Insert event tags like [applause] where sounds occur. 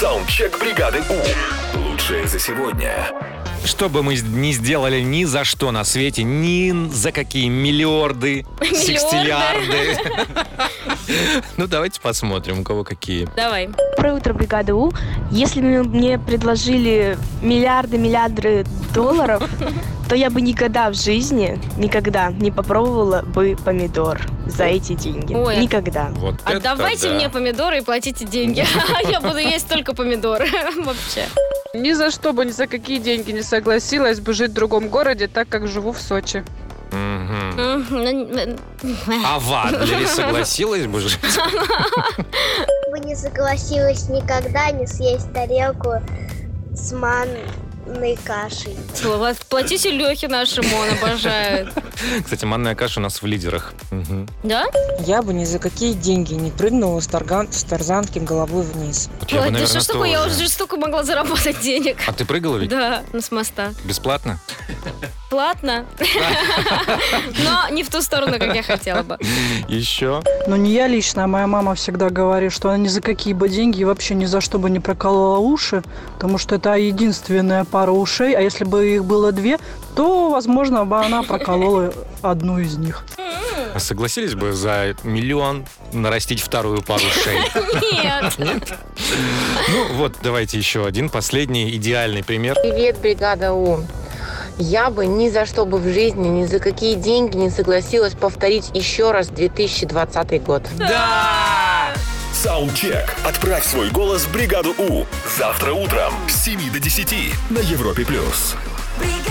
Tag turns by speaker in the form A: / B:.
A: Саундчек бригады У. Лучшее за сегодня.
B: Что бы мы не сделали ни за что на свете, ни за какие миллиарды,
C: Миллиарды.
B: секстиллиарды.
C: [laughs]
B: Ну, давайте посмотрим, у кого какие.
C: Давай.
D: Доброе утро, бригада У. Если бы мне предложили миллиарды, миллиарды долларов, [laughs] то я бы никогда в жизни, никогда не попробовала бы помидор за эти деньги.
C: Ой.
D: Никогда.
B: Вот это
C: Отдавайте
B: да.
C: А мне помидоры и
B: [laughs]
C: платите деньги. [laughs] Я буду есть только помидоры [laughs] вообще.
E: Ни за что бы, ни за какие деньги не согласилась бы жить в другом городе, так как живу в Сочи.
B: Мгм.
C: М, ну, м,
B: А в
C: [laughs]
B: Адлере согласилась бы же?
F: бы не согласилась никогда не съесть тарелку с манной кашей.
C: э, Платите Лехе нашему, он обожает.
B: Кстати, манная каша у нас в лидерах. Мгм.
C: Да?
G: Я бы ни за какие деньги не прыгнула с, тарган- с тарзанки головой вниз.
B: Вот я бы,
C: Ой, да
B: наверное,
C: что ж такое, я
B: тоже.
C: уже столько могла заработать денег.
B: А ты прыгала ведь?
C: Да, ну с моста.
B: Бесплатно? [laughs]
C: Платно. [laughs] Но не в ту сторону, как я
B: [laughs]
C: хотела бы.
B: Еще?
H: Но не я лично, а моя мама всегда говорит, что она ни за какие бы деньги и вообще ни за что бы не проколола уши, потому что это единственная пара ушей, а если бы их было две, то, возможно, бы она проколола одну из них.
B: А Согласились бы за миллион нарастить вторую пару шеи?
C: [laughs] Нет.
B: Ну вот, давайте еще один, последний, идеальный пример.
I: Привет, бригада У. Я бы ни за что бы в жизни, ни за какие деньги не согласилась повторить еще раз 2020 год.
B: Да!
A: Саундчек. Отправь свой голос в бригаду У. Завтра утром с 7 до 10 на Европе+. плюс.
J: бригада.